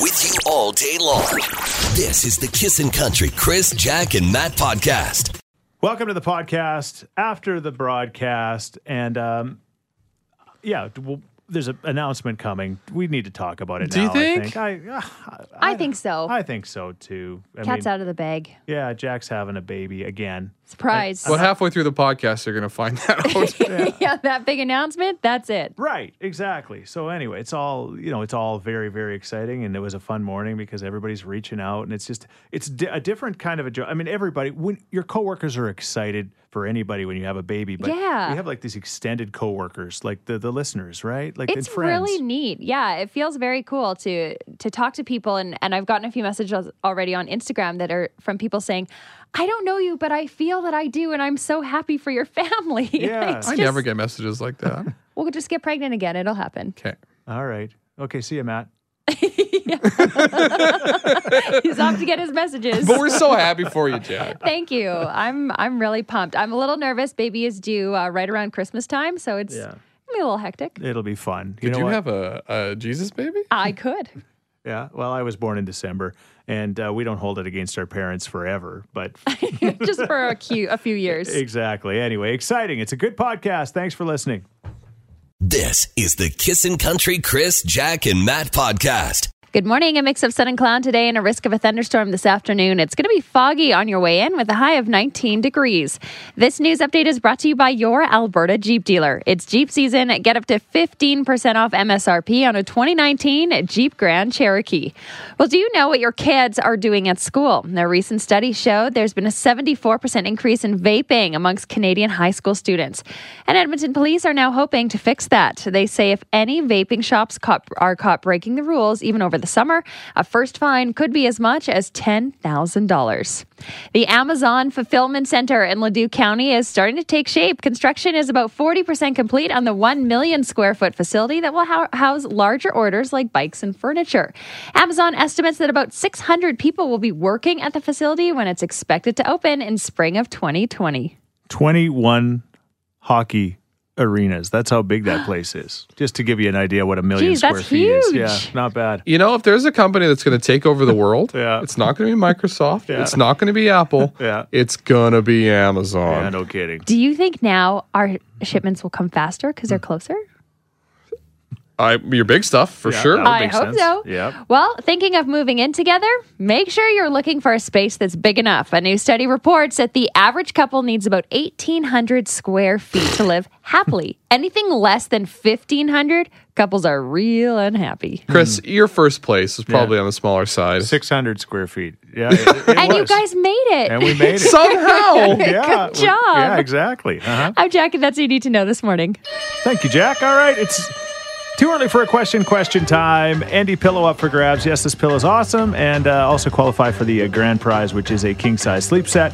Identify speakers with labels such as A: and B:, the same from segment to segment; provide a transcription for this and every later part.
A: with you all day long. This is the Kissin' Country Chris, Jack, and Matt podcast.
B: Welcome to the podcast after the broadcast, and um, yeah, well, there's an announcement coming. We need to talk about it.
C: Do you
B: now,
C: think?
B: I think. I,
D: I think so.
B: I think so too. I
D: Cat's
B: mean,
D: out of the bag.
B: Yeah, Jack's having a baby again.
D: Surprise.
C: Well, halfway through the podcast, you're going to find that out.
D: yeah, that big announcement. That's it.
B: Right, exactly. So anyway, it's all you know. It's all very, very exciting, and it was a fun morning because everybody's reaching out, and it's just it's di- a different kind of a job. I mean, everybody when your coworkers are excited for anybody when you have a baby, but
D: Yeah.
B: we have like these extended coworkers, like the the listeners, right? Like and
D: It's
B: friends.
D: really neat. Yeah, it feels very cool to to talk to people and and I've gotten a few messages already on Instagram that are from people saying, "I don't know you, but I feel that I do and I'm so happy for your family."
B: Yeah.
D: It's
C: I
D: just-
C: never get messages like that.
D: We'll just get pregnant again. It'll happen.
C: Okay.
B: all right. Okay, see you, Matt.
D: He's off to get his messages.
C: But we're so happy for you, Jack.
D: Thank you. I'm I'm really pumped. I'm a little nervous. Baby is due uh, right around Christmas time, so it's
B: Yeah.
D: gonna be a little hectic.
B: It'll be fun.
C: Did
B: know
C: you
B: what?
C: have a, a Jesus baby?
D: I could.
B: Yeah. Well, I was born in December, and uh, we don't hold it against our parents forever, but
D: just for a, cute, a few years.
B: exactly. Anyway, exciting. It's a good podcast. Thanks for listening.
A: This is the Kissin' Country Chris, Jack, and Matt podcast.
D: Good morning. A mix of sun and cloud today and a risk of a thunderstorm this afternoon. It's going to be foggy on your way in with a high of 19 degrees. This news update is brought to you by your Alberta Jeep dealer. It's Jeep season. Get up to 15% off MSRP on a 2019 Jeep Grand Cherokee. Well, do you know what your kids are doing at school? A recent study showed there's been a 74% increase in vaping amongst Canadian high school students. And Edmonton police are now hoping to fix that. They say if any vaping shops caught, are caught breaking the rules, even over the summer, a first fine could be as much as $10,000. The Amazon Fulfillment Center in Ladue County is starting to take shape. Construction is about 40% complete on the 1 million square foot facility that will hou- house larger orders like bikes and furniture. Amazon estimates that about 600 people will be working at the facility when it's expected to open in spring of 2020.
B: 21 hockey arenas. That's how big that place is. Just to give you an idea what a million
D: Jeez,
B: square
D: that's
B: feet is.
D: huge.
B: Yeah, not bad.
C: You know, if there's a company that's going to take over the world,
B: Yeah.
C: it's not going to be Microsoft.
B: Yeah.
C: It's not going to be Apple.
B: Yeah.
C: It's going to be Amazon.
B: Yeah, no kidding.
D: Do you think now our shipments will come faster because they're closer?
C: I, your big stuff, for
B: Yeah,
C: sure.
B: that would
D: I
B: make
D: hope
B: sense.
D: so.
B: Yep.
D: Well, thinking of moving in together, make sure you're looking for a space that's big enough. A new study reports that the average couple needs about 1,800 square feet to live happily. Anything less than 1,500, couples are real unhappy.
C: Chris,
B: Hmm.
C: your first place is probably on the smaller side.
B: 600 square feet. Yeah. it- it
D: and you
B: was.
D: guys made it.
B: And we made it.
C: Somehow.
B: yeah.
D: Good
B: we- Yeah,
D: job.
B: exactly. Uh-huh.
D: I'm Jack, and that's what you need to know this morning.
B: Thank you, Jack. All right. It's too early for a question, question time. Andy Pillow up for grabs. Yes, this pillow is awesome. And uh, also qualify for the uh, grand prize, which is a king size sleep set.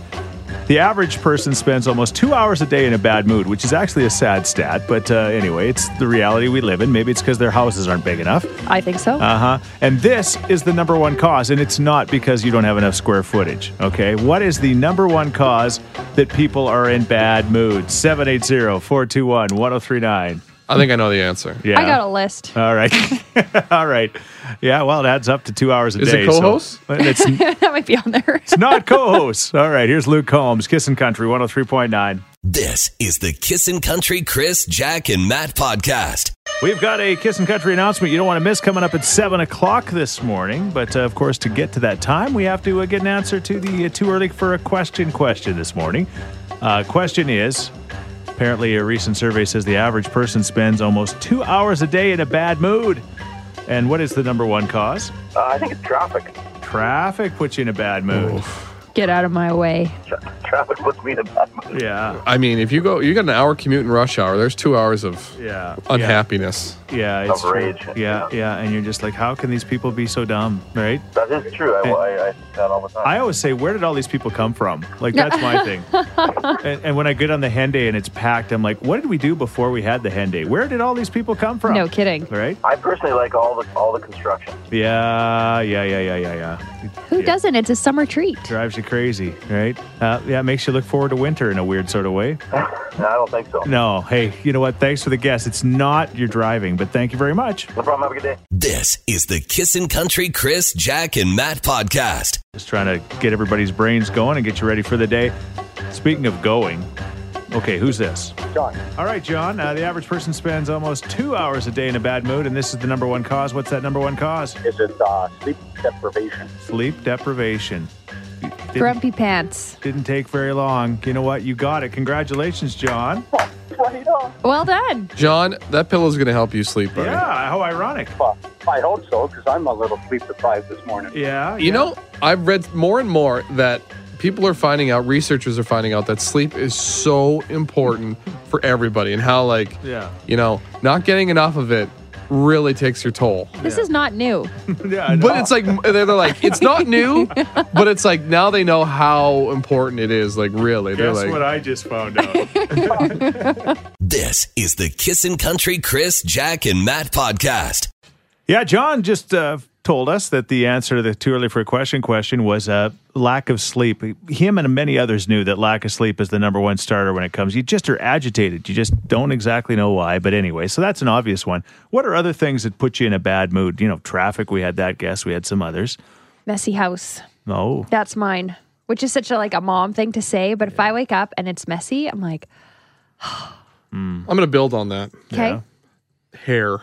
B: The average person spends almost two hours a day in a bad mood, which is actually a sad stat. But uh, anyway, it's the reality we live in. Maybe it's because their houses aren't big enough.
D: I think so.
B: Uh huh. And this is the number one cause, and it's not because you don't have enough square footage. Okay. What is the number one cause that people are in bad mood? 780 421 1039.
C: I think I know the answer.
B: Yeah.
D: I got a list.
B: All right. All right. Yeah. Well, it adds up to two hours a
C: Is it
B: day. so-
C: co-host?
B: But it's
D: that might be on there.
B: not co host. All right. Here's Luke Combs, Kissin' Country 103.9.
A: This is the Kissin' Country Chris, Jack, and Matt podcast.
B: We've got a Kissin' Country announcement you don't want to miss coming up at 7 o'clock this morning. But uh, of course, to get to that time, we have to uh, get an answer to the uh, too early for a question question this morning. Uh, question is apparently, a recent survey says the average person spends almost two hours a day in a bad mood. And what is the number one cause?
E: Uh, I think it's traffic.
B: Traffic puts you in a bad mood.
D: Get out of my way.
E: Tra- traffic puts me in a bad mood.
B: Yeah,
C: I mean, if you go, you got an hour commute in rush hour. There's two hours of
B: yeah.
C: unhappiness.
B: Yeah, it's true.
E: rage.
B: Yeah, yeah, and you're just like, how can these people be so dumb, right?
E: That is true. I, I, I think that all the time.
B: I always say, where did all these people come from? Like that's my thing. and, and when I get on the hen day and it's packed, I'm like, what did we do before we had the hen day? Where did all these people come from?
D: No kidding.
B: Right?
E: I personally like all the all the construction.
B: Yeah, yeah, yeah, yeah, yeah, yeah.
D: Who doesn't? It's a summer treat.
B: Drives you crazy, right? Uh, yeah, it makes you look forward to winter in a weird sort of way.
E: No, I don't think so.
B: No, hey, you know what? Thanks for the guess. It's not your driving, but thank you very much.
E: No problem. Have a good day.
A: This is the Kissin' Country Chris, Jack, and Matt podcast.
B: Just trying to get everybody's brains going and get you ready for the day. Speaking of going, okay, who's this?
E: John.
B: All right, John. Uh, the average person spends almost two hours a day in a bad mood, and this is the number one cause. What's that number one cause?
E: This is uh, sleep deprivation.
B: Sleep deprivation. Didn't,
D: Grumpy pants.
B: didn't take very long. You know what? You got it. Congratulations, John.
E: Right on.
D: Well done.
C: John, that pillow's going to help you sleep, buddy.
B: Yeah, how ironic.
E: Well, I hope so, because I'm a little sleep deprived this morning.
B: Yeah.
C: You
B: yeah.
C: know, I've read more and more that people are finding out, researchers are finding out that sleep is so important for everybody and how, like,
B: Yeah.
C: you know, not getting enough of it really takes your toll.
D: This is not new.
B: Yeah, I know.
C: But it's like they're, they're like it's not new, but it's like now they know how important it is. Like really, they're
B: Guess
C: like
B: what I just found out.
A: This is the Kissin' Country Chris, Jack, and Matt podcast.
B: yeah, John just uh, told us that the answer to the too early for a question question was uh, lack of sleep. Him and many others knew that lack of sleep is the number one starter when it comes. You just are agitated. You just don't exactly know why. But anyway, so that's an obvious one. What are other things that put you in a bad mood? You know, traffic. We had that guess. We had some others.
D: Messy house.
B: Oh,
D: That's mine. Which is such a like a mom thing to say, but if I wake up and it's messy, I'm like,
C: I'm gonna build on that
D: okay.
C: hair.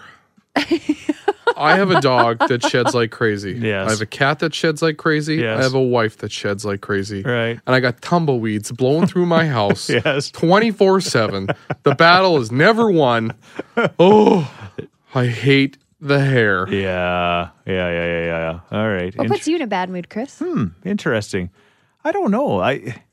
C: I have a dog that sheds like crazy.
B: Yes.
C: I have a cat that sheds like crazy.
B: Yes.
C: I have a wife that sheds like crazy.
B: Right.
C: And I got tumbleweeds blowing through my house.
B: Yes.
C: 24 7. The battle is never won. Oh, I hate the hair.
B: yeah, yeah, yeah, yeah, yeah. yeah. All right.
D: What
B: Int-
D: puts you in a bad mood, Chris?
B: Hmm. interesting. I don't know. I.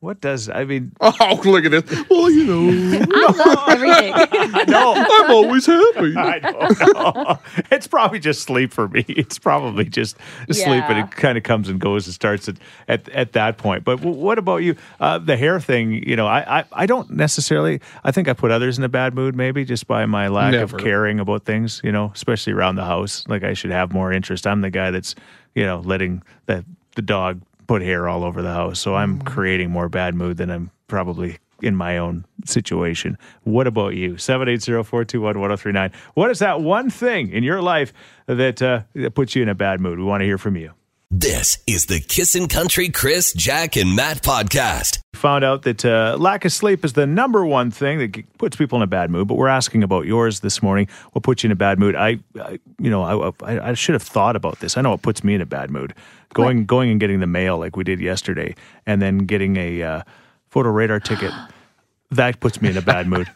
B: What does I mean?
C: Oh, look at this. Well, you know,
D: I love everything.
B: No,
C: I'm always happy.
B: I don't know. it's probably just sleep for me. It's probably just sleep, and
D: Yeah.
B: it kind of comes and goes and starts at at, at that point. But w- what about you? Uh, the hair thing, you know, I, I I don't necessarily. I think I put others in a bad mood, maybe just by my lack
C: Never.
B: of caring about things, you know, especially around the house. Like I should have more interest. I'm the guy that's you know letting the the dog put hair all over the house, so I'm creating more bad mood than I'm probably in my own situation. What about you? 780-421-1039. What is that one thing in your life that uh, that puts you in a bad mood? We want to hear from you.
A: This is the Kissin' Country Chris, Jack, and Matt podcast.
B: found out that uh, lack of sleep is the number one thing that g- puts people in a bad mood. But we're asking about yours this morning. What puts you in a bad mood? I, I you know, I, I, I should have thought about this. I know it puts me in a bad mood. Going, going and getting the mail like we did yesterday, and then getting a uh, photo radar ticket. That puts me in a bad mood.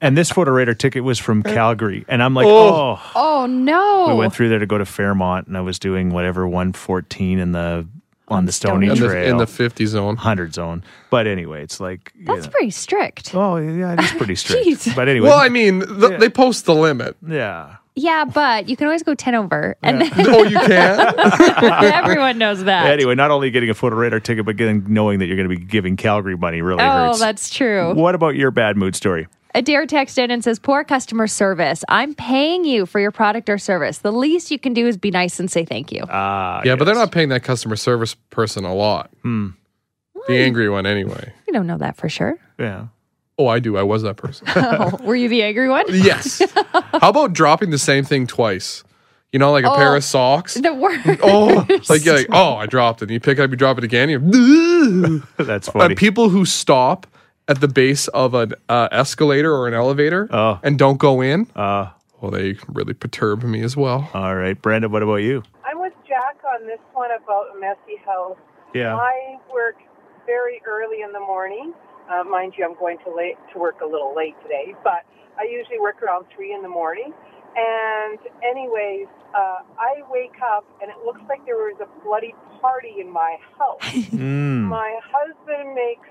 B: and this photo radar ticket was from Calgary, and I'm like, oh
D: oh no.
B: we went through there to go to Fairmont, and I was doing whatever 114 in the on the Stony
D: Stony.
C: In
B: Trail,
C: the, in the 50 zone.
B: hundred zone. But anyway, it's like you
D: That's
B: know.
D: pretty strict.
B: oh yeah, it is pretty strict.
D: Jeez.
B: but anyway,
C: Well, I mean, th- they post the limit.
B: yeah,
D: Yeah, but you can always go 10 over. And
C: Oh, you can't?
D: then everyone knows that.
B: Anyway, not only getting a photo radar ticket, but getting knowing that you're going to be giving Calgary money really
D: oh,
B: hurts.
D: that's true.
B: What about your bad mood story?
D: Adair texted in and says, Poor customer service. I'm paying you for your product or service. The least you can do is be nice and say thank you.
B: Ah,
C: Yeah, but they're
B: yes. Hmm.
C: not paying that customer service person a lot. The angry one, anyway.
D: you don't know that for sure.
B: Yeah.
C: Oh, I do. I was that person.
D: Oh, were you the angry one?
C: yes. How about dropping the same thing twice? You know, like a pair of socks.
D: The worst.
C: Oh, like, you're like, oh, I dropped it. You pick it up, you drop it again. You
B: That's funny.
C: and people who stop at the base of an uh, escalator or an elevator
B: Oh. Uh.
C: and don't go in. well, they really perturb me as well.
B: All right, Brandon. What about you?
F: I'm with Jack on this one about a messy house.
B: Yeah.
F: I work very early in the morning. Uh, mind you, I'm going to late to work a little late today, but I usually work around three in the morning. And anyways, uh, I wake up and it looks like there was a bloody party in my house.
B: Hmm.
F: my husband makes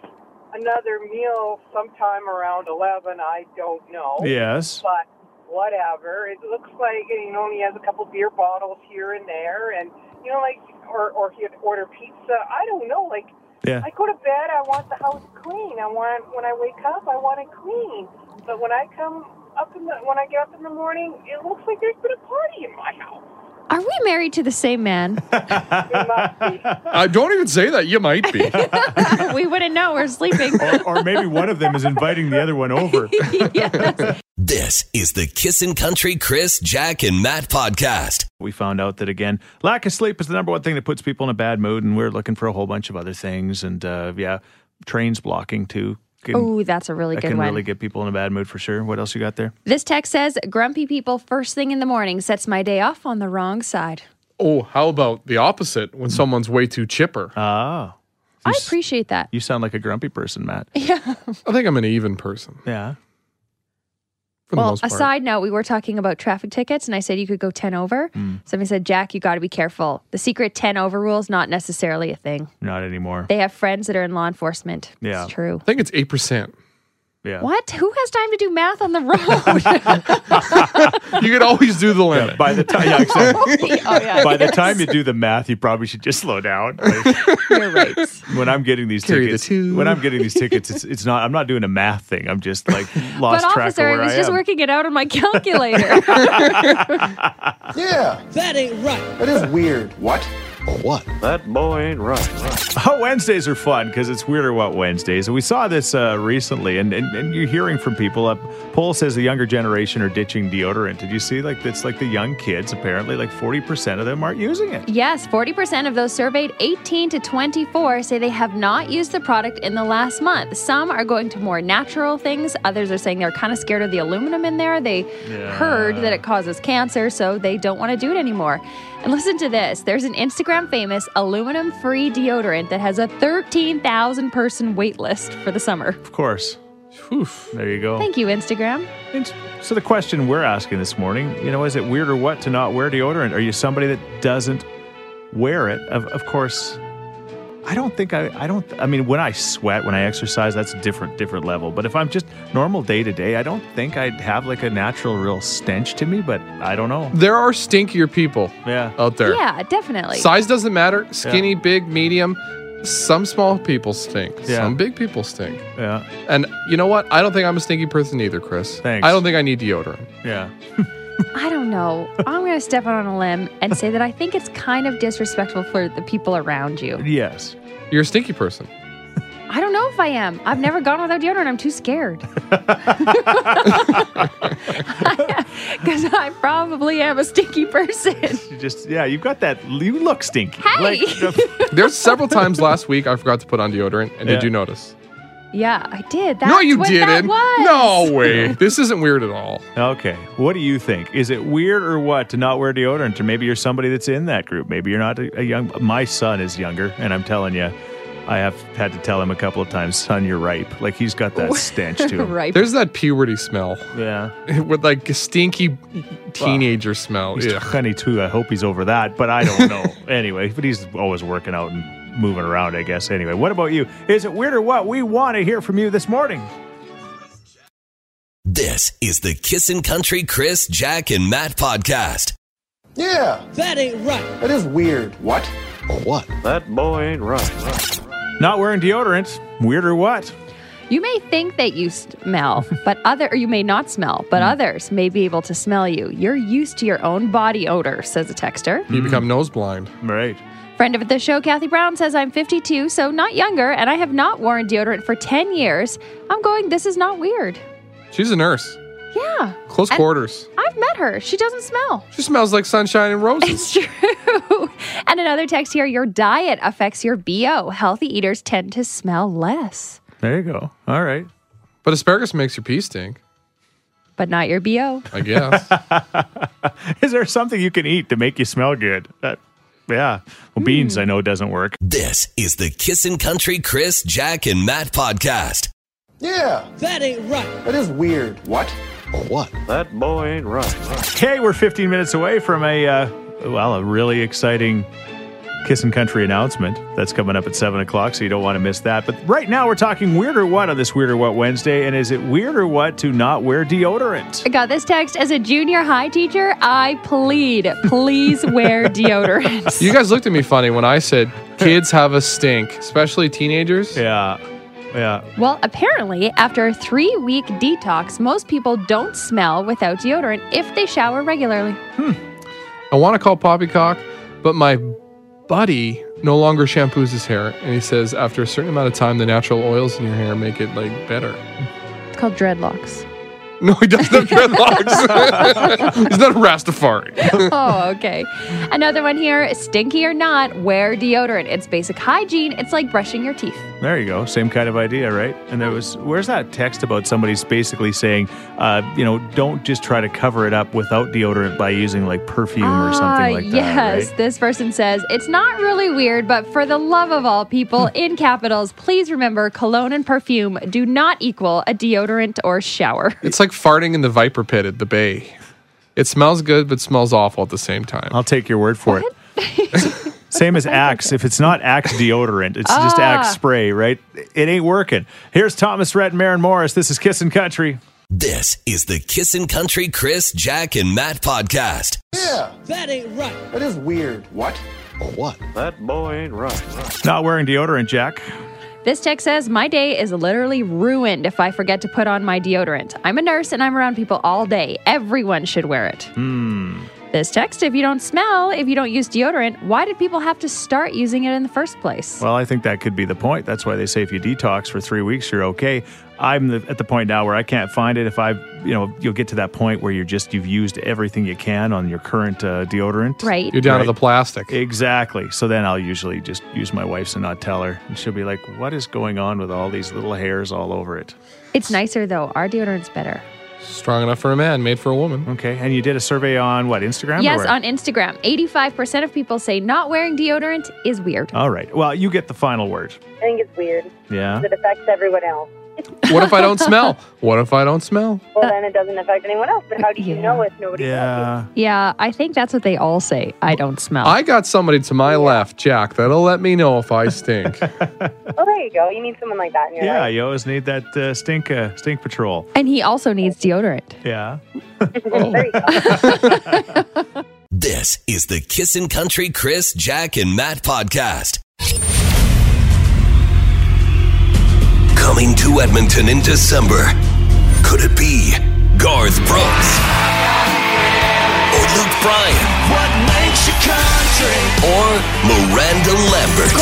F: another meal sometime around eleven. I don't know
B: Yes.
F: but whatever. It looks like you know he has a couple beer bottles here and there, and you know like or or he'd order pizza. I don't know. Like
B: Yeah.
F: I go to bed, I want the house clean. I want when I wake up, I want it clean. But when I come up in the when I get up in the morning, it looks like there's been a party in my house.
D: Are we married to the same man?
F: It must be.
C: I don't even say that. You might be.
B: Oh.
D: we wouldn't know. We're sleeping.
B: or, or maybe one of them is inviting the other one over.
D: Yes.
A: This is the Kissin' Country Chris, Jack, and Matt podcast.
B: We found out that again, lack of sleep is the number one thing that puts people in a bad mood, and we're looking for a whole bunch of other things. And uh, yeah, trains blocking too. Can,
D: Oh, that's a really
B: that
D: good
B: can
D: one.
B: really get people in a bad mood for sure. What else you got there?
D: This text says, "Grumpy people first thing in the morning sets my day off on the wrong side."
C: Oh, how about the opposite when someone's way too chipper?
B: Oh,
D: I appreciate that.
B: you sound like a grumpy person, Matt.
D: Yeah.
C: I think I'm an even person
B: Yeah.
C: for the
D: Well,
C: most
D: a
C: part.
D: side note, we were talking about traffic tickets, and I said you could go ten over.
B: Mm.
D: Somebody said, "Jack, you got to be careful. The secret ten over rule is not necessarily a thing.
B: Not anymore.
D: They have friends that are in law enforcement.
B: Yeah.
D: It's true."
C: I think it's 8%.
B: Yeah.
D: What? Who has time to do math on the road?
C: You could always do the limit.
B: By the time, yeah, exactly.
D: oh yeah,
B: by the time you do the math, you probably should just slow down. Like,
D: you're right.
B: when I'm getting these
C: Carry the
B: tickets,
C: two.
B: when I'm getting these tickets, it's it's not. I'm not doing a math thing. I'm just like
D: But
B: lost track
D: officer,
B: of
D: I
B: where
D: was
B: I
D: just
B: am.
D: working it out on my calculator.
G: Yeah,
H: That ain't right.
G: that is weird.
E: What?
G: What?
E: That boy ain't right.
B: Oh, Wednesdays are fun because it's weirder what Wednesdays. And we saw this uh, recently, and, and, and you're hearing from people. A poll says the younger generation are ditching deodorant. Did you see? Like it's like the young kids. Apparently, like 40 percent of them aren't using it.
D: Yes, 40% of those surveyed 18 to 24 say they have not used the product in the last month. Some are going to more natural things. Others are saying they're kind of scared of the aluminum in there. They heard that it causes cancer, so they don't want to do it anymore. And listen to this there's an Instagram famous aluminum free deodorant that has a 13,000 person wait list for the summer.
B: Of course.
C: Oof.
B: There you go.
D: Thank you, Instagram.
B: And so the question we're asking this morning, you know, is it weird or what to not wear deodorant? Are you somebody that doesn't wear it? Of, of course, I don't think I, I don't, I mean, when I sweat, when I exercise, that's a different, different level. But if I'm just normal day to day, I don't think I'd have like a natural real stench to me, but I don't know.
C: There are stinkier people
B: Yeah.
C: out there.
D: Yeah, definitely.
C: Size doesn't matter. Skinny, big, medium. Some small people stink.
B: Yeah.
C: Some big people stink.
B: Yeah.
C: And you know what? I don't think I'm a stinky person either, Chris.
B: Thanks.
C: I don't think I need deodorant.
B: Yeah.
D: I don't know. I'm going to step out on a limb and say that I think it's kind of disrespectful for the people around you.
B: Yes.
C: You're a stinky person.
D: I don't know if I am. I've never gone without deodorant. I'm too scared. Because I probably am a stinky person.
B: You just, yeah, you've got that, you look stinky.
D: Hey!
C: There's several times last week I forgot to put on deodorant. And
B: Yeah.
C: did you notice?
D: Yeah, I did. That's
C: no, you
D: what that
C: didn't.
D: was.
C: No way. this isn't weird at all.
B: Okay. What do you think? Is it weird or what to not wear deodorant? Or maybe you're somebody that's in that group. Maybe you're not a, a young. My son is younger, and I'm telling you, I have had to tell him a couple of times, son, you're ripe. Like he's got that stench to him.
D: right.
C: There's that puberty smell
B: Yeah.
C: with like a stinky teenager smell.
B: He's
C: Yeah.
B: 22. I hope he's over that, but I don't know. anyway, but he's always working out and moving around, I guess. Anyway, what about you? Is it weird or what? We want to hear from you this morning.
A: This is the Kissin' Country Chris, Jack, and Matt podcast.
G: Yeah,
H: That ain't right.
G: that is weird.
E: What?
G: What?
E: That boy ain't right.
B: Not wearing deodorant, weird or what?
D: You may think that you smell, but other or you may not smell, but
C: Hmm.
D: others may be able to smell you. You're used to your own body odor, says a texter.
C: You become nose blind.
B: Right.
D: Friend of the show, Kathy Brown, says, I'm 52, so not younger, and I have not worn deodorant for 10 years. I'm going, this is not weird.
C: She's a nurse.
D: Yeah,
C: Close
D: And-
C: quarters.
D: I've met her. She doesn't smell.
C: She smells like sunshine and roses.
D: It's true. and another text here your diet affects your BO. Healthy eaters tend to smell less,
B: There you go. All right.
C: but asparagus makes your pee stink,
D: but not your BO.
C: I guess.
B: Is there something you can eat to make you smell good? That, yeah. Well, beans, I know, doesn't work.
A: This is the Kissin' Country Chris, Jack, and Matt podcast.
G: Yeah,
H: That ain't right.
G: that is weird.
E: What?
G: What?
E: That boy ain't right.
B: Hey, we're 15 minutes away from a, uh, well, a really exciting Kissin' Country announcement that's coming up at 7 o'clock, so you don't want to miss that. But right now, we're talking Weird or What on this Weird or What Wednesday, and is it weird or what to not wear deodorant?
D: I got this text as a junior high teacher. I plead, please wear deodorant.
C: you guys looked at me funny when I said kids have a stink, especially teenagers.
B: Yeah. Yeah.
D: Well, apparently, after a three week detox, most people don't smell without deodorant if they shower regularly.
C: I want to call Poppycock, but my buddy no longer shampoos his hair, and he says after a certain amount of time, the natural oils in your hair make it like better.
D: It's called dreadlocks.
C: No, he doesn't have dreadlocks. He's not a Rastafari.
D: oh, okay. Another one here stinky or not, wear deodorant. It's basic hygiene. It's like brushing your teeth.
B: There you go. Same kind of idea, right? And there was, where's that text about somebody's basically saying, uh, you know, don't just try to cover it up without deodorant by using like perfume or
D: Ah,
B: something like that.
D: yes,
B: right?
D: this person says it's not really weird, but for the love of all people in capitals, please remember cologne and perfume do not equal a deodorant or shower.
C: It's like farting in the viper pit at the bay. It smells good, but smells awful at the same time.
B: I'll take your word for it. Same as Axe. If it's not Axe deodorant, it's just
D: Ah.
B: Axe spray, right? It ain't working. Here's Thomas Rhett and Maren Morris. This is Kissin' Country.
A: This is the Kissin' Country Chris, Jack, and Matt podcast.
G: Yeah.
H: That ain't right.
G: That is weird. What? Or what?
B: Not wearing deodorant, Jack.
D: This text says, My day is literally ruined if I forget to put on my deodorant. I'm a nurse and I'm around people all day. Everyone should wear it.
B: Hmm.
D: This text, if you don't smell, if you don't use deodorant, why did people have to start using it in the first place?
B: Well, I think that could be the point. That's why they say if you detox for three weeks, you're okay. I'm the, at the point now where I can't find it. If I, you know, you'll get to that point where you're just you've used everything you can on your current uh, deodorant.
D: right.
C: You're down
B: Right.
C: to the plastic.
B: Exactly. So then I'll usually just use my wife's and not tell her, and she'll be like, "What is going on with all these little hairs all over it?"
D: It's nicer though. Our deodorant's better.
C: Strong enough for a man, made for a woman.
B: Okay. And you did a survey on what Instagram? or
D: yes,
B: where?
D: on Instagram, 85% of people say not wearing deodorant is weird.
B: All right. Well, you get the final word.
F: I think it's weird
B: Yeah.
F: because it affects everyone else.
C: What if I don't smell? What if I don't smell?
F: Well, then it doesn't affect anyone else. But how do you
D: Yeah.
F: know if nobody? does
B: Yeah.
D: Yeah, I think that's what they all say. I don't smell.
C: I got somebody to my left, Jack, that'll let me know if I stink.
F: it? Oh, there you go. You need someone like that in your
B: Yeah.
F: life.
B: You always need that uh, stink uh, stink patrol.
D: and he also needs deodorant.
B: Yeah.
F: There you go.
A: This is the Kissin' Country Chris, Jack, and Matt podcast. Coming to Edmonton in December. Could it be Garth Brooks? Or Luke Bryan? What makes you country? Or Miranda Lambert?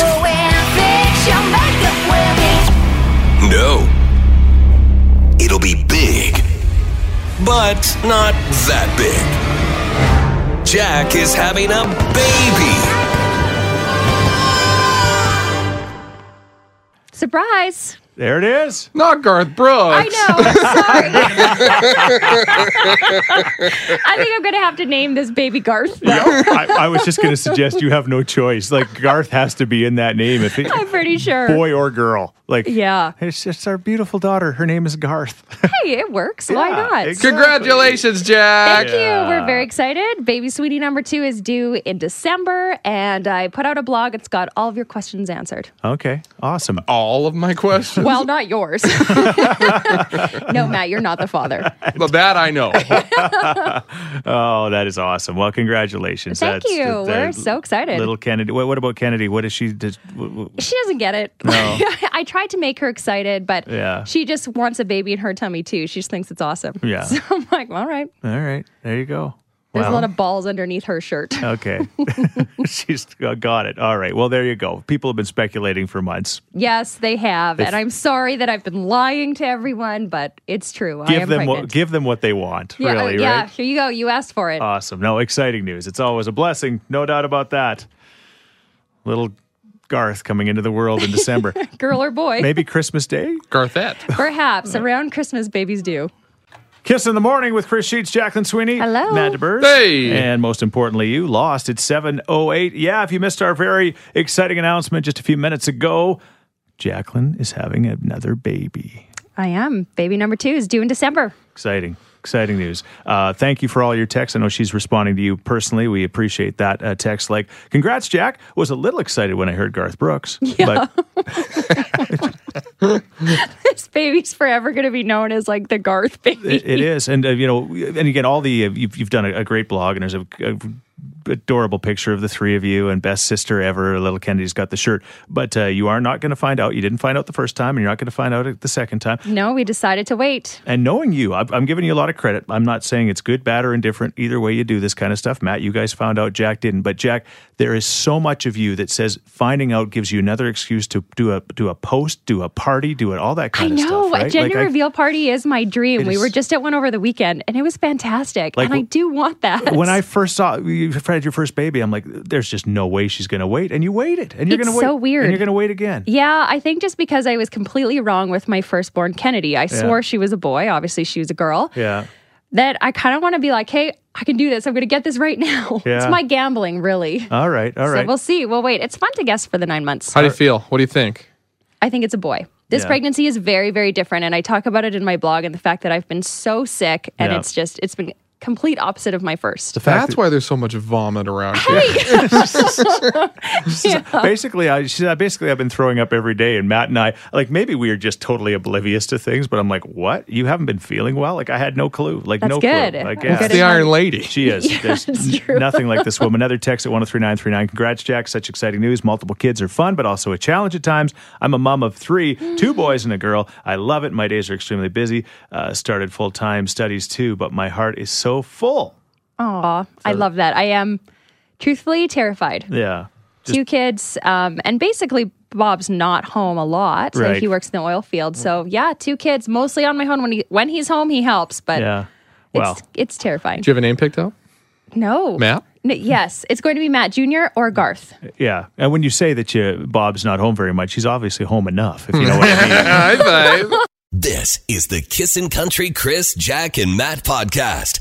A: No. It'll be big, but not that big. Jack is having a baby.
D: Surprise!
B: There it is.
C: Not Garth Brooks.
D: I know. I'm sorry. I think I'm going to have to name this baby Garth, though.
B: I, I was just going to suggest you have no choice. Like Garth has to be in that name, if it,
D: I'm pretty sure.
B: boy or girl. Like
D: Yeah.
B: it's it's our beautiful daughter. Her name is Garth.
D: Hey, it works. Why
B: Yeah,
D: not?
B: ex-
C: Congratulations, Jack.
D: Thank you. We're very excited. Baby Sweetie number two is due in December, and I put out a blog. It's got all of your questions answered.
B: okay, awesome.
C: All of my questions.
D: Well, not yours. no, Matt, you're not the father.
C: Well, that I know.
B: Oh, that is awesome. Well, congratulations.
D: Thank
B: That's-
D: you.
B: that-
D: We're
B: that-
D: so excited.
B: Little Kennedy. What, what about Kennedy? What is she? Did, w- w-
D: She doesn't get it. I tried to make her excited, but
B: Yeah.
D: she just wants a baby in her tummy too. She just thinks it's awesome.
B: Yeah.
D: So I'm like, all right.
B: all right, there you go.
D: There's
B: Wow.
D: a lot of balls underneath her shirt.
B: Okay. She's uh, got it. All right. Well, there you go. People have been speculating for months.
D: yes, they have.
B: They-
D: and I'm sorry that I've been lying to everyone, but it's true. I
B: Give
D: am
B: them what
D: pregnant.
B: give them what they want.
D: yeah,
B: really,
D: uh, yeah,
B: right? Uh,
D: here you go. You asked for it.
B: Awesome. No, exciting news. It's always a blessing, no doubt about that. Little Garth coming into the world in December.
D: Girl or boy.
B: Maybe Christmas Day?
C: Garthette.
D: Perhaps around Christmas babies do.
B: Kiss in the morning with Chris Sheets, Jacqueline Sweeney,
D: Hello.
B: Matt DeBurse,
C: Hey.
B: and most importantly, you lost at seven oh eight. Yeah, if you missed our very exciting announcement just a few minutes ago, Jacqueline is having another baby.
D: I am. Baby number two is due in December.
B: Exciting. Exciting news. Uh, thank you for all your texts. I know she's responding to you personally. We appreciate that uh, text. Like, congrats, Jack. Was a little excited when I heard Garth Brooks. Yeah. But
D: This baby's forever going to be known as like the Garth baby.
B: it, it is. And, uh, you know, and again, all the, uh, you've, you've done a, a great blog and there's a, a adorable picture of the three of you and best sister ever. Little Kennedy's got the shirt, but uh, you are not going to find out. You didn't find out the first time, and you're not going to find out it the second time.
D: No, we decided to wait.
B: And knowing you, I'm, I'm giving you a lot of credit. I'm not saying it's good, bad, or indifferent. Either way, you do this kind of stuff. Matt, you guys found out. Jack didn't. But Jack, there is so much of you that says finding out gives you another excuse to do a do a post, do a party, do it all that
D: I
B: kind of
D: know.
B: stuff. Right?
D: A gender
B: Like, I-
D: reveal party is my dream.
B: It
D: We
B: is-
D: were just at one over the weekend and it was fantastic.
B: Like,
D: and I do want that.
B: when I first saw you had your first baby, I'm like, there's just no way she's going to wait, and you waited, and you're
D: It's
B: going to wait,
D: so weird.
B: and you're going to wait again.
D: Yeah, I think just because I was completely wrong with my firstborn Kennedy. I swore she was a boy. Obviously, she was a girl.
B: Yeah,
D: That I kind of want to be like, hey, I can do this. I'm going to get this right now. It's
B: Yeah.
D: my gambling, really.
B: all right, all
D: So
B: right.
D: we'll see. We'll wait. It's fun to guess for the nine months.
C: How do you feel? What do you think?
D: I think it's a boy. This
B: Yeah.
D: pregnancy is very, very different. And I talk about it in my blog and the fact that I've been so sick and
B: Yeah.
D: it's just, it's been complete opposite of my first.
C: That's why there's so much vomit around here.
B: basically, I she said, basically I've been throwing up every day, and Matt and I like maybe we are just totally oblivious to things, but I'm like, what? You haven't been feeling well? Like I had no clue. Like
D: That's
B: no
D: good.
B: clue. Like
D: That's
B: yeah.
C: It's the Iron Lady.
B: She is. There's
D: it's
B: n-
D: true.
B: nothing like this woman. Another text at 103939. Congrats, Jack. Such exciting news. Multiple kids are fun, but also a challenge at times. I'm a mom of three, two
D: Mm.
B: boys and a girl. I love it. My days are extremely busy. Uh, started full time studies too, but my heart is so full.
D: Aw, I love that. I am truthfully terrified.
B: Yeah.
D: two kids, um, and basically Bob's not home a lot. Like,
B: Right.
D: he works in the oil field, so yeah, two kids mostly on my own. When he when he's home, he helps, but
B: Yeah. Well,
D: it's it's terrifying.
C: Do you have a name picked out?
D: no,
C: Matt?
D: N- yes, it's going to be Matt Junior or Garth.
B: yeah. And when you say that you, Bob's not home very much, he's obviously home enough, if you know what I mean.
C: High five.
A: This is the Kissin' Country Chris, Jack, and Matt podcast.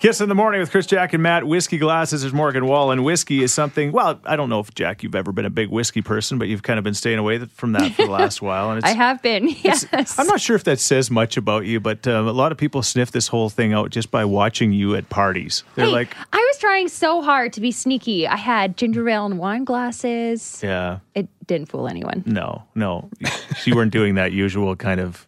B: Kiss in the morning with Chris, Jack, and Matt. Whiskey glasses is Morgan Wall, and whiskey is something. Well, I don't know if Jack, you've ever been a big whiskey person, but you've kind of been staying away th- from that for the last while. And it's,
D: I have been. Yes,
B: I'm not sure if that says much about you, but um, a lot of people sniff this whole thing out just by watching you at parties. They're
D: Hey,
B: like,
D: I was trying so hard to be sneaky. I had ginger ale and wine glasses.
B: yeah,
D: It didn't fool anyone.
B: no, no, you weren't doing that usual kind of.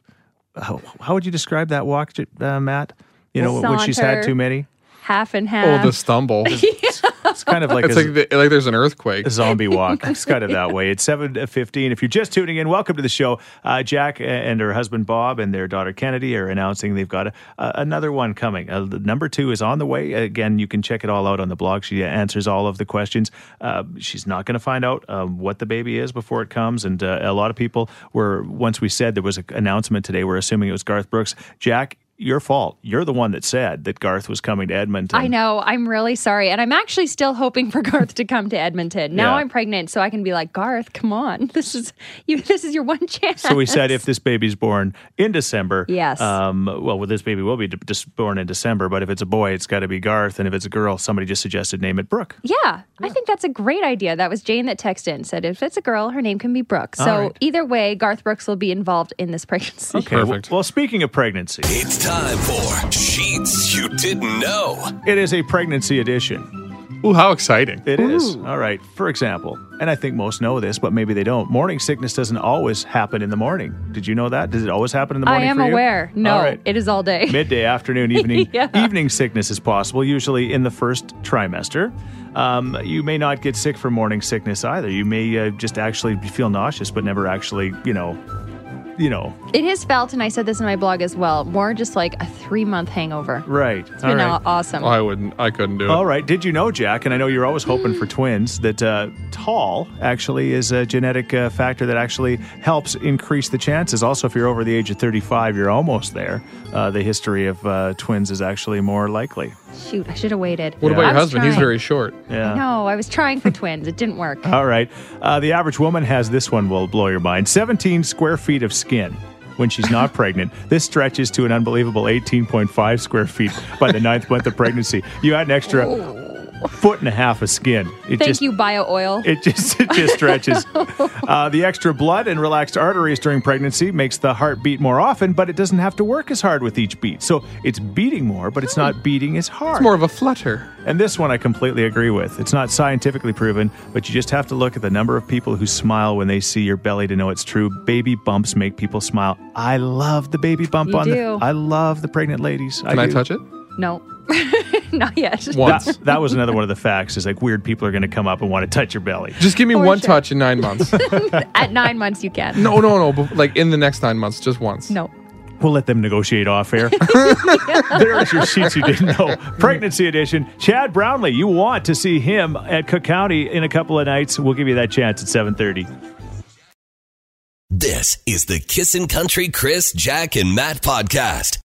B: How, how would you describe that walk, J- uh, Matt? You know, when she's had
D: Saunter.
B: too many,
D: Half and half.
C: Oh, the stumble. It's
B: it's kind of like a-
C: like, the, like there's an earthquake.
B: a zombie walk. It's kind of that way. It's seven fifteen. If you're just tuning in, welcome to the show. Uh, Jack and her husband Bob and their daughter Kennedy are announcing they've got a, a, another one coming. Uh, the number two is on the way. Again, you can check it all out on the blog. She answers all of the questions. Uh, she's not going to find out um, what the baby is before it comes, and uh, a lot of people were once we said there was an announcement today. We're assuming it was Garth Brooks. Jack. Your fault. You're the one that said that Garth was coming to Edmonton.
D: I know. I'm really sorry. And I'm actually still hoping for Garth to come to Edmonton. Now
B: Yeah.
D: I'm pregnant, so I can be like, Garth, come on. This is you this is your one chance.
B: So we said if this baby's born in December,
D: Yes.
B: Um, well, well, this baby will be de- dis- born in December, but if it's a boy, it's got to be Garth, and if it's a girl, somebody just suggested name it Brooke.
D: Yeah, I think that's a great idea. That was Jane that texted and said if it's a girl, her name can be Brooke. So
B: right.
D: either way, Garth Brooks will be involved in this pregnancy.
B: Okay. well-
C: Perfect.
B: Well, speaking of pregnancy,
A: It's time for Sheets You Didn't Know.
B: it is a pregnancy edition.
C: Ooh, how exciting.
B: It is. All right. For example, and I think most know this, but maybe they don't. Morning sickness doesn't always happen in the morning. Did you know that? Does it always happen in the
D: I
B: morning?
D: am
B: for you?
D: aware. No,
B: All right.
D: it is all day.
B: midday, afternoon, evening.
D: Yeah.
B: Evening sickness is possible, usually in the first trimester. Um, you may not get sick from morning sickness either. You may uh, just actually feel nauseous, but never actually, you know, you know,
D: It is felt, and I said this in my blog as well, more just like a three month hangover.
B: right.
D: It's
B: All
D: been
B: right.
D: aw- awesome.
C: I wouldn't. I couldn't do it.
B: All right. Did you know, Jack? And I know you're always hoping for twins. That uh, tall actually is a genetic uh, factor that actually helps increase the chances. Also, if you're over the age of 35, you're almost there. Uh, the history of uh, twins is actually more likely.
D: Shoot, I should have waited.
C: What about
D: I
C: your
D: was
C: husband? He's
D: trying.
C: very short.
B: Yeah.
D: No, I was trying for twins. It didn't work.
B: All right. Uh, the average woman has this one will blow your mind 17 square feet of skin. When she's not pregnant, this stretches to an unbelievable 18.5 square feet by the ninth month of pregnancy. You add an extra foot and a half of skin. It
D: Thank
B: just,
D: you, bio oil.
B: It just it just stretches. uh, the extra blood and relaxed arteries during pregnancy makes the heart beat more often, but it doesn't have to work as hard with each beat. So it's beating more, but it's not beating as hard.
C: It's more of a flutter.
B: And this one I completely agree with. It's not scientifically proven, but you just have to look at the number of people who smile when they see your belly to know it's true. Baby bumps make people smile. I love the baby bump
D: You
B: on
D: do.
B: the I love the pregnant ladies.
C: Can I,
B: do.
C: touch it?
D: no. Not yet.
C: Once.
B: That, that was another one of the facts is like weird people are going to come up and want to touch your belly.
C: Just give me
D: For
C: one
D: sure.
C: touch in nine months.
D: At nine months, you can.
C: no, no, no. But like in the next nine months, just once.
D: No.
B: We'll let them negotiate off air. There's your sheets you didn't know. Pregnancy edition. Chad Brownlee, you want to see him at Cook County in a couple of nights. We'll give you that chance at 730.
A: This is the Kissin' Country Chris, Jack, and Matt podcast.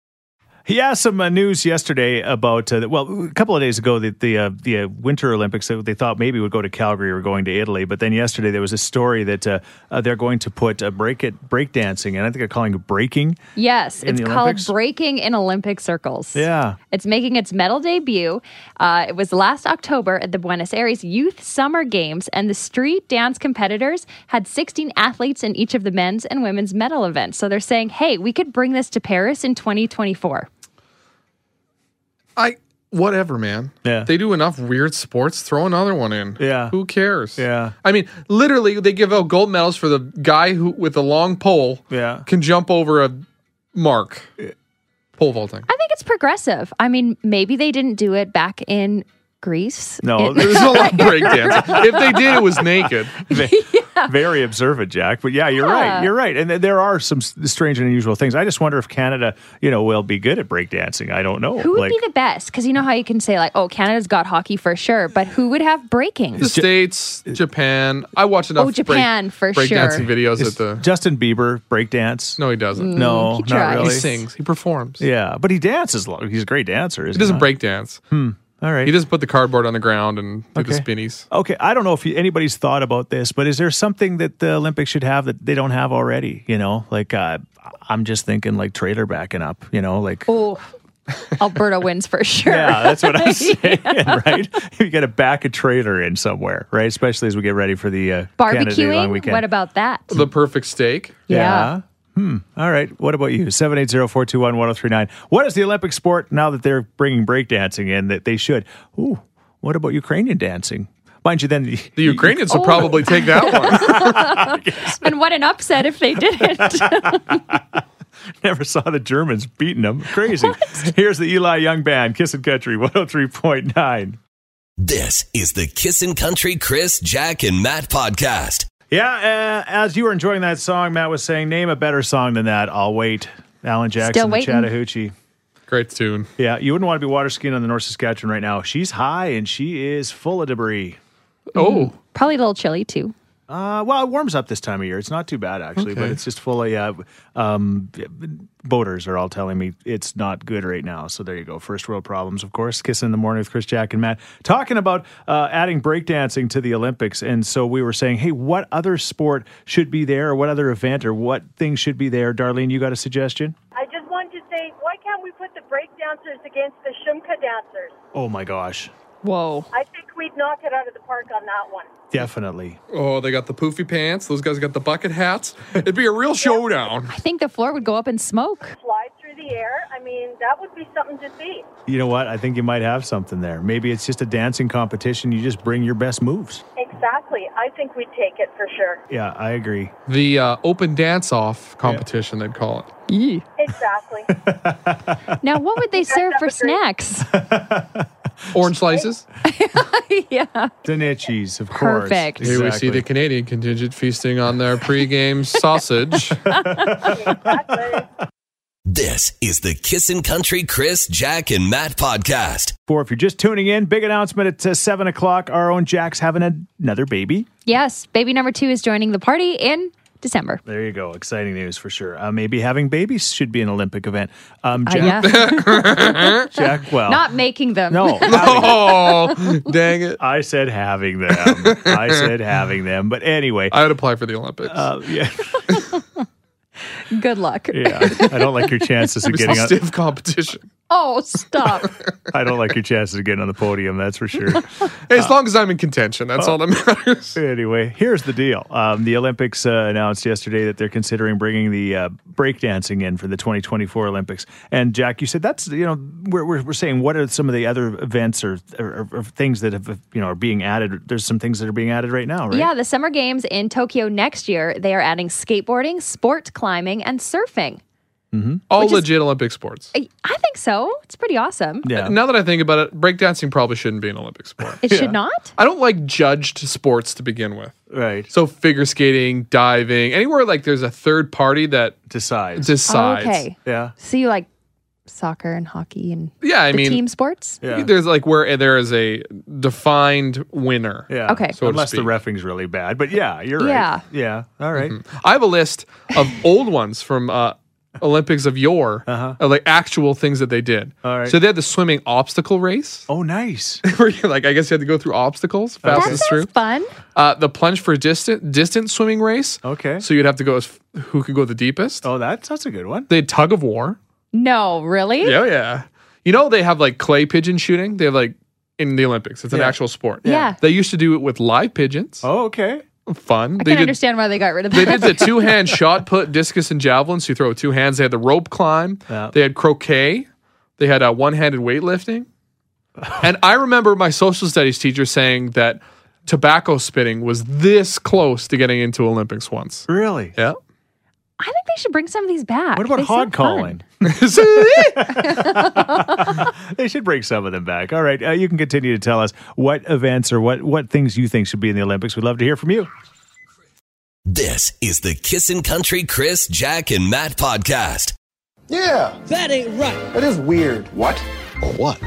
B: He asked some uh, news yesterday about uh, well, a couple of days ago that the uh, the uh, Winter Olympics that they thought maybe would go to Calgary or going to Italy, but then yesterday there was a story that uh, uh, they're going to put uh, break it break dancing, and I think they're calling it breaking.
D: Yes,
B: In
D: it's
B: the
D: called
B: Olympics?
D: Breaking in Olympic Circles.
B: Yeah.
D: It's making its medal debut. Uh, it was last October at the Buenos Aires Youth Summer Games, and the street dance competitors had 16 athletes in each of the men's and women's medal events. So they're saying, hey, we could bring this to Paris in 2024.
C: I whatever, man.
B: Yeah.
C: They do enough weird sports. Throw another one in.
B: Yeah.
C: Who cares?
B: Yeah.
C: I mean, literally, they give out gold medals for the guy who with the long pole.
B: Yeah.
C: Can jump over a mark. Pole vaulting.
D: I think it's progressive. I mean, maybe they didn't do it back in Greece.
B: No,
D: It-
C: There's a lot of breakdancing. If they did, it was naked.
B: Ve- very observant, Jack. But yeah, you're
D: Yeah.
B: right. You're right. And th- there are some s- strange and unusual things. I just wonder if Canada, you know, will be good at breakdancing. I don't know.
D: who would be the best? Because you know how you can say, like, oh, Canada's got hockey for sure, but who would have breaking?
C: The States, Japan. I watch enough.
D: Oh, Japan, for
C: break
D: sure.
C: dancing videos at the.
B: Justin Bieber breakdance?
C: No, he
D: Mm.
C: doesn't.
B: no,
D: he
B: not
D: tries.
B: really.
C: he sings. He performs.
B: Yeah, but he dances. lo- He's a great dancer. Isn't
C: He doesn't
B: not?
C: break dance.
B: All right.
C: He just put the cardboard on the ground and did the
B: Hmm. Okay.
C: spinnies.
B: Okay, I don't know if anybody's thought about this, but is there something that the Olympics should have that they don't have already? You know, like uh, I'm just thinking like trailer backing up. You know, like
D: Oh, Alberta wins for sure.
B: yeah, that's what I'm saying, right? You got to back a trailer in somewhere, right? Especially as we get ready for the uh, Canada Day long
D: Barbecuing?
B: weekend.
D: What about that?
C: The perfect steak.
B: Yeah. Hmm. All right. What about you? 780-421-1039. What is the Olympic sport now that they're bringing breakdancing in that they should? Ooh, what about Ukrainian dancing? Mind you, then
C: The Ukrainians
B: oh.
C: will probably take that one.
D: And what an upset if they didn't.
B: Never saw the Germans beating them. Crazy. Here's the Eli Young Band, Kissin' Country 103.9.
A: This is the Kissin' Country Chris, Jack, and Matt podcast.
B: Yeah, uh, as you were enjoying that song, Matt was saying, name a better song than that. I'll wait. Alan
D: Still
B: Jackson, the
D: waiting.
B: Chattahoochee.
C: Great tune.
B: Yeah, you wouldn't want to be water skiing on the North Saskatchewan right now. She's high and she is full of debris. Hmm.
C: Oh,
D: Probably a little chilly too.
B: Uh, well, it warms up this time of year. It's not too bad actually, but
C: Okay.
B: it's just full of uh, um, boaters are all telling me it's not good right now. So there you go, first world problems, of course. Kissing in the morning with Chris, Jack, and Matt talking about uh, adding breakdancing to the Olympics. And so we were saying, hey, what other sport should be there, or what other event, or what thing should be there? Darlene, you got a suggestion?
I: I just want to say, why can't we put the break dancers against the Shumka dancers?
B: Oh my gosh,
D: Whoa.
I: I think we'd knock it out of the park on that one.
B: definitely.
C: oh, they got the poofy pants. Those guys got the bucket hats. It'd be a real showdown.
D: I think the floor would go up in smoke.
I: Fly through the air. I mean, that would be something to see.
B: You know what? I think you might have something there. Maybe it's just a dancing competition. You just bring your best moves.
I: Exactly. I think we'd take it for sure.
B: Yeah, I agree.
C: The uh, open dance off competition, they'd call it.
I: Exactly.
D: Now, what would they serve for snacks?
C: Orange slices.
D: yeah.
B: Danichis, of course.
D: Perfect.
C: Here we see the Canadian contingent feasting on their pregame sausage.
I: exactly.
A: This is the Kissin' Country Chris, Jack, and Matt podcast.
B: Or if you're just tuning in, big announcement at uh, 7 o'clock. Our own Jack's having an- another baby.
D: Yes, baby number two is joining the party in December.
B: There you go. Exciting news for sure. Uh, maybe having babies should be an Olympic event. Um,
D: Uh,
B: Jack,
D: yeah.
B: Jack, well.
D: Not making them.
B: no. having-
C: oh, dang it.
B: I said having them. I said having them. But anyway.
C: I would apply for the Olympics.
B: uh, yeah,
D: Good luck.
B: yeah. I don't like your chances of
C: It'd be
B: getting
C: some
B: on.
C: stiff competition.
D: Oh, stop.
B: I don't like your chances of getting on the podium. That's for sure.
C: Hey, as long as I'm in contention, that's
B: uh,
C: all that matters.
B: Anyway, here's the deal. Um, the Olympics uh, announced yesterday that they're considering bringing the uh, breakdancing in for the 2024 Olympics. And Jack, you said that's you know we're, we're, we're saying what are some of the other events or, or, or things that have you know are being added? There's some things that are being added right now, right?
D: Yeah, the Summer Games in Tokyo next year, they are adding skateboarding, sport climbing, and surfing.
C: All
D: Which is-
C: legit Olympic sports.
D: I I think so. It's pretty awesome.
B: Yeah.
C: Now that I think about it, breakdancing probably shouldn't be an Olympic sport.
D: It should not.
C: I don't like judged sports to begin with.
B: Right.
C: So figure skating, diving, anywhere like there's a third party that
B: Decides.
C: decides.
D: Okay.
B: yeah.
D: So you like soccer and hockey and
C: Yeah, I
D: the
C: mean,
D: team sports?
B: Yeah.
C: there's like where there is a defined winner.
B: Yeah.
D: Okay.
C: So to
B: Unless the
C: speak.
B: refing's really bad. But yeah, you're
D: Yeah.
B: right. Yeah. All right.
C: I have a list of old ones from uh, Olympics of yore,
B: Uh-huh.
C: uh, like actual things that they did.
B: All right.
C: So they had the swimming obstacle race,
B: Oh, nice.
C: where you like I guess you had to go through obstacles
D: That
C: fastest
D: sounds
C: through.
D: fun.
C: Uh, the plunge for distant distance swimming race.
B: Okay.
C: So you'd have to go as f- who could go the deepest.
B: Oh, that's that's a good one.
C: They had tug of war.
D: No, really?
C: Yeah, yeah. You know they have like clay pigeon shooting. They have like in the Olympics. It's an
B: Yeah.
C: actual sport.
D: Yeah.
C: They used to do it with live pigeons.
B: Oh, okay.
C: Fun.
D: I
C: they
D: can
C: did
D: understand why they got rid of
C: they did
D: that.
C: the two hand shot put, discus, and javelin. So you throw with two hands. They had the rope climb.
B: Yeah.
C: They had croquet. They had uh, one handed weightlifting. and I remember my social studies teacher saying that tobacco spitting was this close to getting into Olympics once.
B: Really?
C: Yeah.
D: I think they should bring some of these back.
B: What about
D: They sound
B: hog calling?
D: fun.
B: They should bring some of them back. All right. Uh, you can continue to tell us what events or what, what things you think should be in the Olympics. We'd love to hear from you.
A: This is the Kissin' Country Chris, Jack, and Matt podcast.
G: Yeah,
H: That ain't right.
G: that is weird. What? What?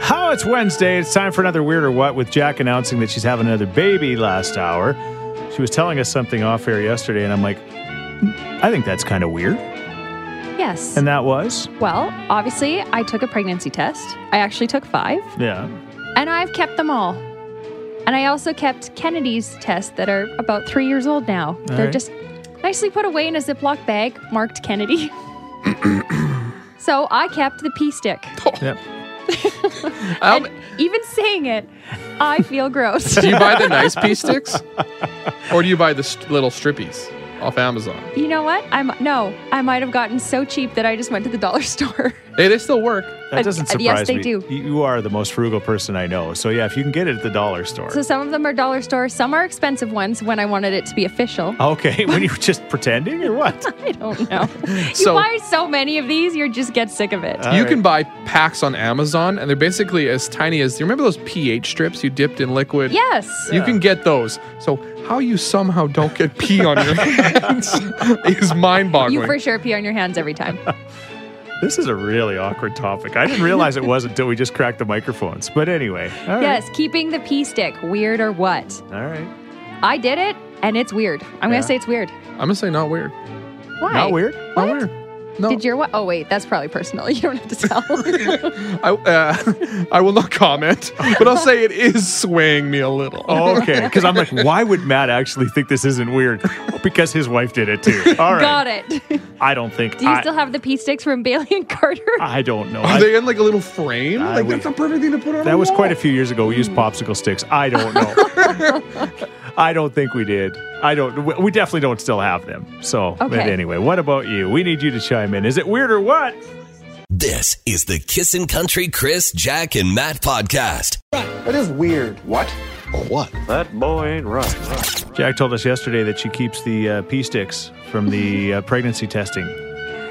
B: How it's Wednesday. It's time for another Weird or What with Jack announcing that she's having another baby last hour. She was telling us something off air yesterday, and I'm like, "Mm, I think that's kind of weird.
D: Yes.
B: And that was,
D: well, obviously, I took a pregnancy test. I actually took five,
B: yeah.
D: and I've kept them all. And I also kept Kennedy's tests that are about three years old now. They're
B: right.
D: just nicely put away in a Ziploc bag marked Kennedy. so I kept the pee stick.
B: Yep.
C: Um,
D: Even saying it, I feel gross.
C: do you buy the nice pea sticks? Or do you buy the st- little strippies off Amazon?
D: you know what? I'm no. I might have gotten so cheap that I just went to the dollar store.
C: Hey, they still work.
B: That
D: Uh,
B: doesn't
D: yes,
B: surprise
D: they
B: me.
D: do.
B: You you are the most frugal person I know. So, yeah, if you can get it at the dollar store.
D: So some of them are dollar store, some are expensive ones when I wanted it to be official.
B: okay. when you were just pretending or what?
D: I don't know. you
C: So- Uh,
D: buy so many of these, you just get sick of it.
B: All
C: you
B: right.
C: can buy packs on Amazon, and they're basically as tiny as. Do you remember those pH strips you dipped in liquid?
D: yes.
C: You can get those. So how you somehow don't get pee on your hands is
D: You
C: mind-boggling.
D: for sure pee on your hands every time.
B: This is a really awkward topic. I didn't realize it was until we just cracked the microphones. But anyway. all right.
D: yes, keeping the pee stick, weird or what?
B: All right.
D: I did it, and it's weird. I'm
B: Yeah.
D: gonna say it's weird.
C: I'm gonna say not weird.
D: Why?
B: Not weird.
C: Not
D: What?
C: weird. No.
D: Did your what? Oh wait, that's probably personal. You don't have to tell.
C: I, uh, I will not comment, but I'll say it is swaying me a little.
B: Oh, okay. Because I'm like, why would Matt actually think this isn't weird? Because his wife did it too. All right.
D: Got it.
B: I don't think.
D: Do you
B: I,
D: still have the pee sticks from Bailey and Carter?
B: I don't know.
C: Are
B: I-
C: they in like a little frame?
B: I
C: like
B: would-
C: that's a perfect thing to put on.
B: that was quite a
C: wall.
B: few years ago. We used popsicle sticks. I don't know. I don't think we did. I don't. we- We definitely don't still have them. So, but
D: Okay.
B: anyway, what about you? We need you to chime in. Is it weird or what?
A: This is the Kissin' Country Chris, Jack, and Matt podcast.
G: That is weird. What? What?
B: Jack told us yesterday that she keeps the uh, pee sticks from the uh, pregnancy testing.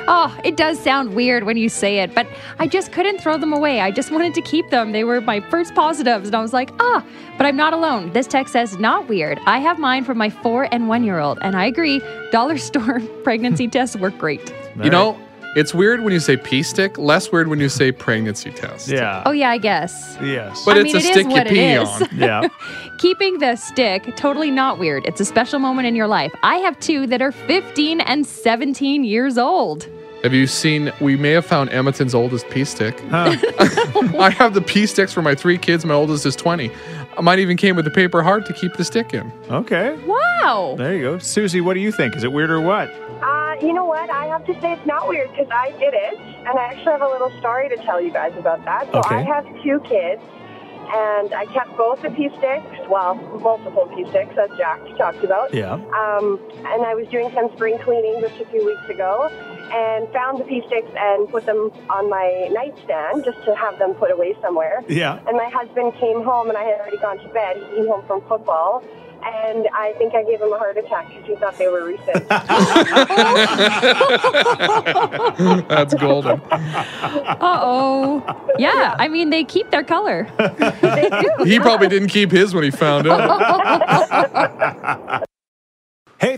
D: Oh, it does sound weird when you say it, but I just couldn't throw them away. I just wanted to keep them. They were my first positives, and I was like, ah, but I'm not alone. This text says, not weird. I have mine from my four and one year old, and I agree, dollar store pregnancy tests work great.
B: All
C: You
B: right.
C: know, it's weird when you say pee stick. Less weird when you say pregnancy test.
B: Yeah.
D: Oh, yeah, I guess.
B: Yes.
C: But
D: I
C: it's
D: mean,
C: a
D: it is
C: stick you
D: what it
C: pee
D: is.
C: on.
B: yeah.
D: Keeping the stick, totally not weird. It's a special moment in your life. I have two that are 15 and 17 years old.
C: Have you seen? We may have found Edmonton's oldest pee stick. I have the pee sticks for my three kids. My oldest is 20. Mine even came with a paper heart to keep the stick in.
B: Okay.
D: Wow.
B: There you go. Susie, what do you think? Is it weird or what?
I: Uh, you know what? I have to say it's not weird because I did it, and I actually have a little story to tell you guys about that. So
B: Okay.
I: I have two kids, and I kept both the pee sticks, well, multiple pee sticks, as Jack talked about.
B: Yeah.
I: Um, and I was doing some spring cleaning just a few weeks ago, and found the pee sticks and put them on my nightstand just to have them put away somewhere.
B: Yeah.
I: And my husband came home, and I had already gone to bed. He came home from football, and I think I gave him a heart attack because he thought they were recent.
C: That's golden.
D: Uh oh. Yeah, I mean, they keep their color.
I: they do.
C: He probably didn't keep his when he found out.
B: Hey,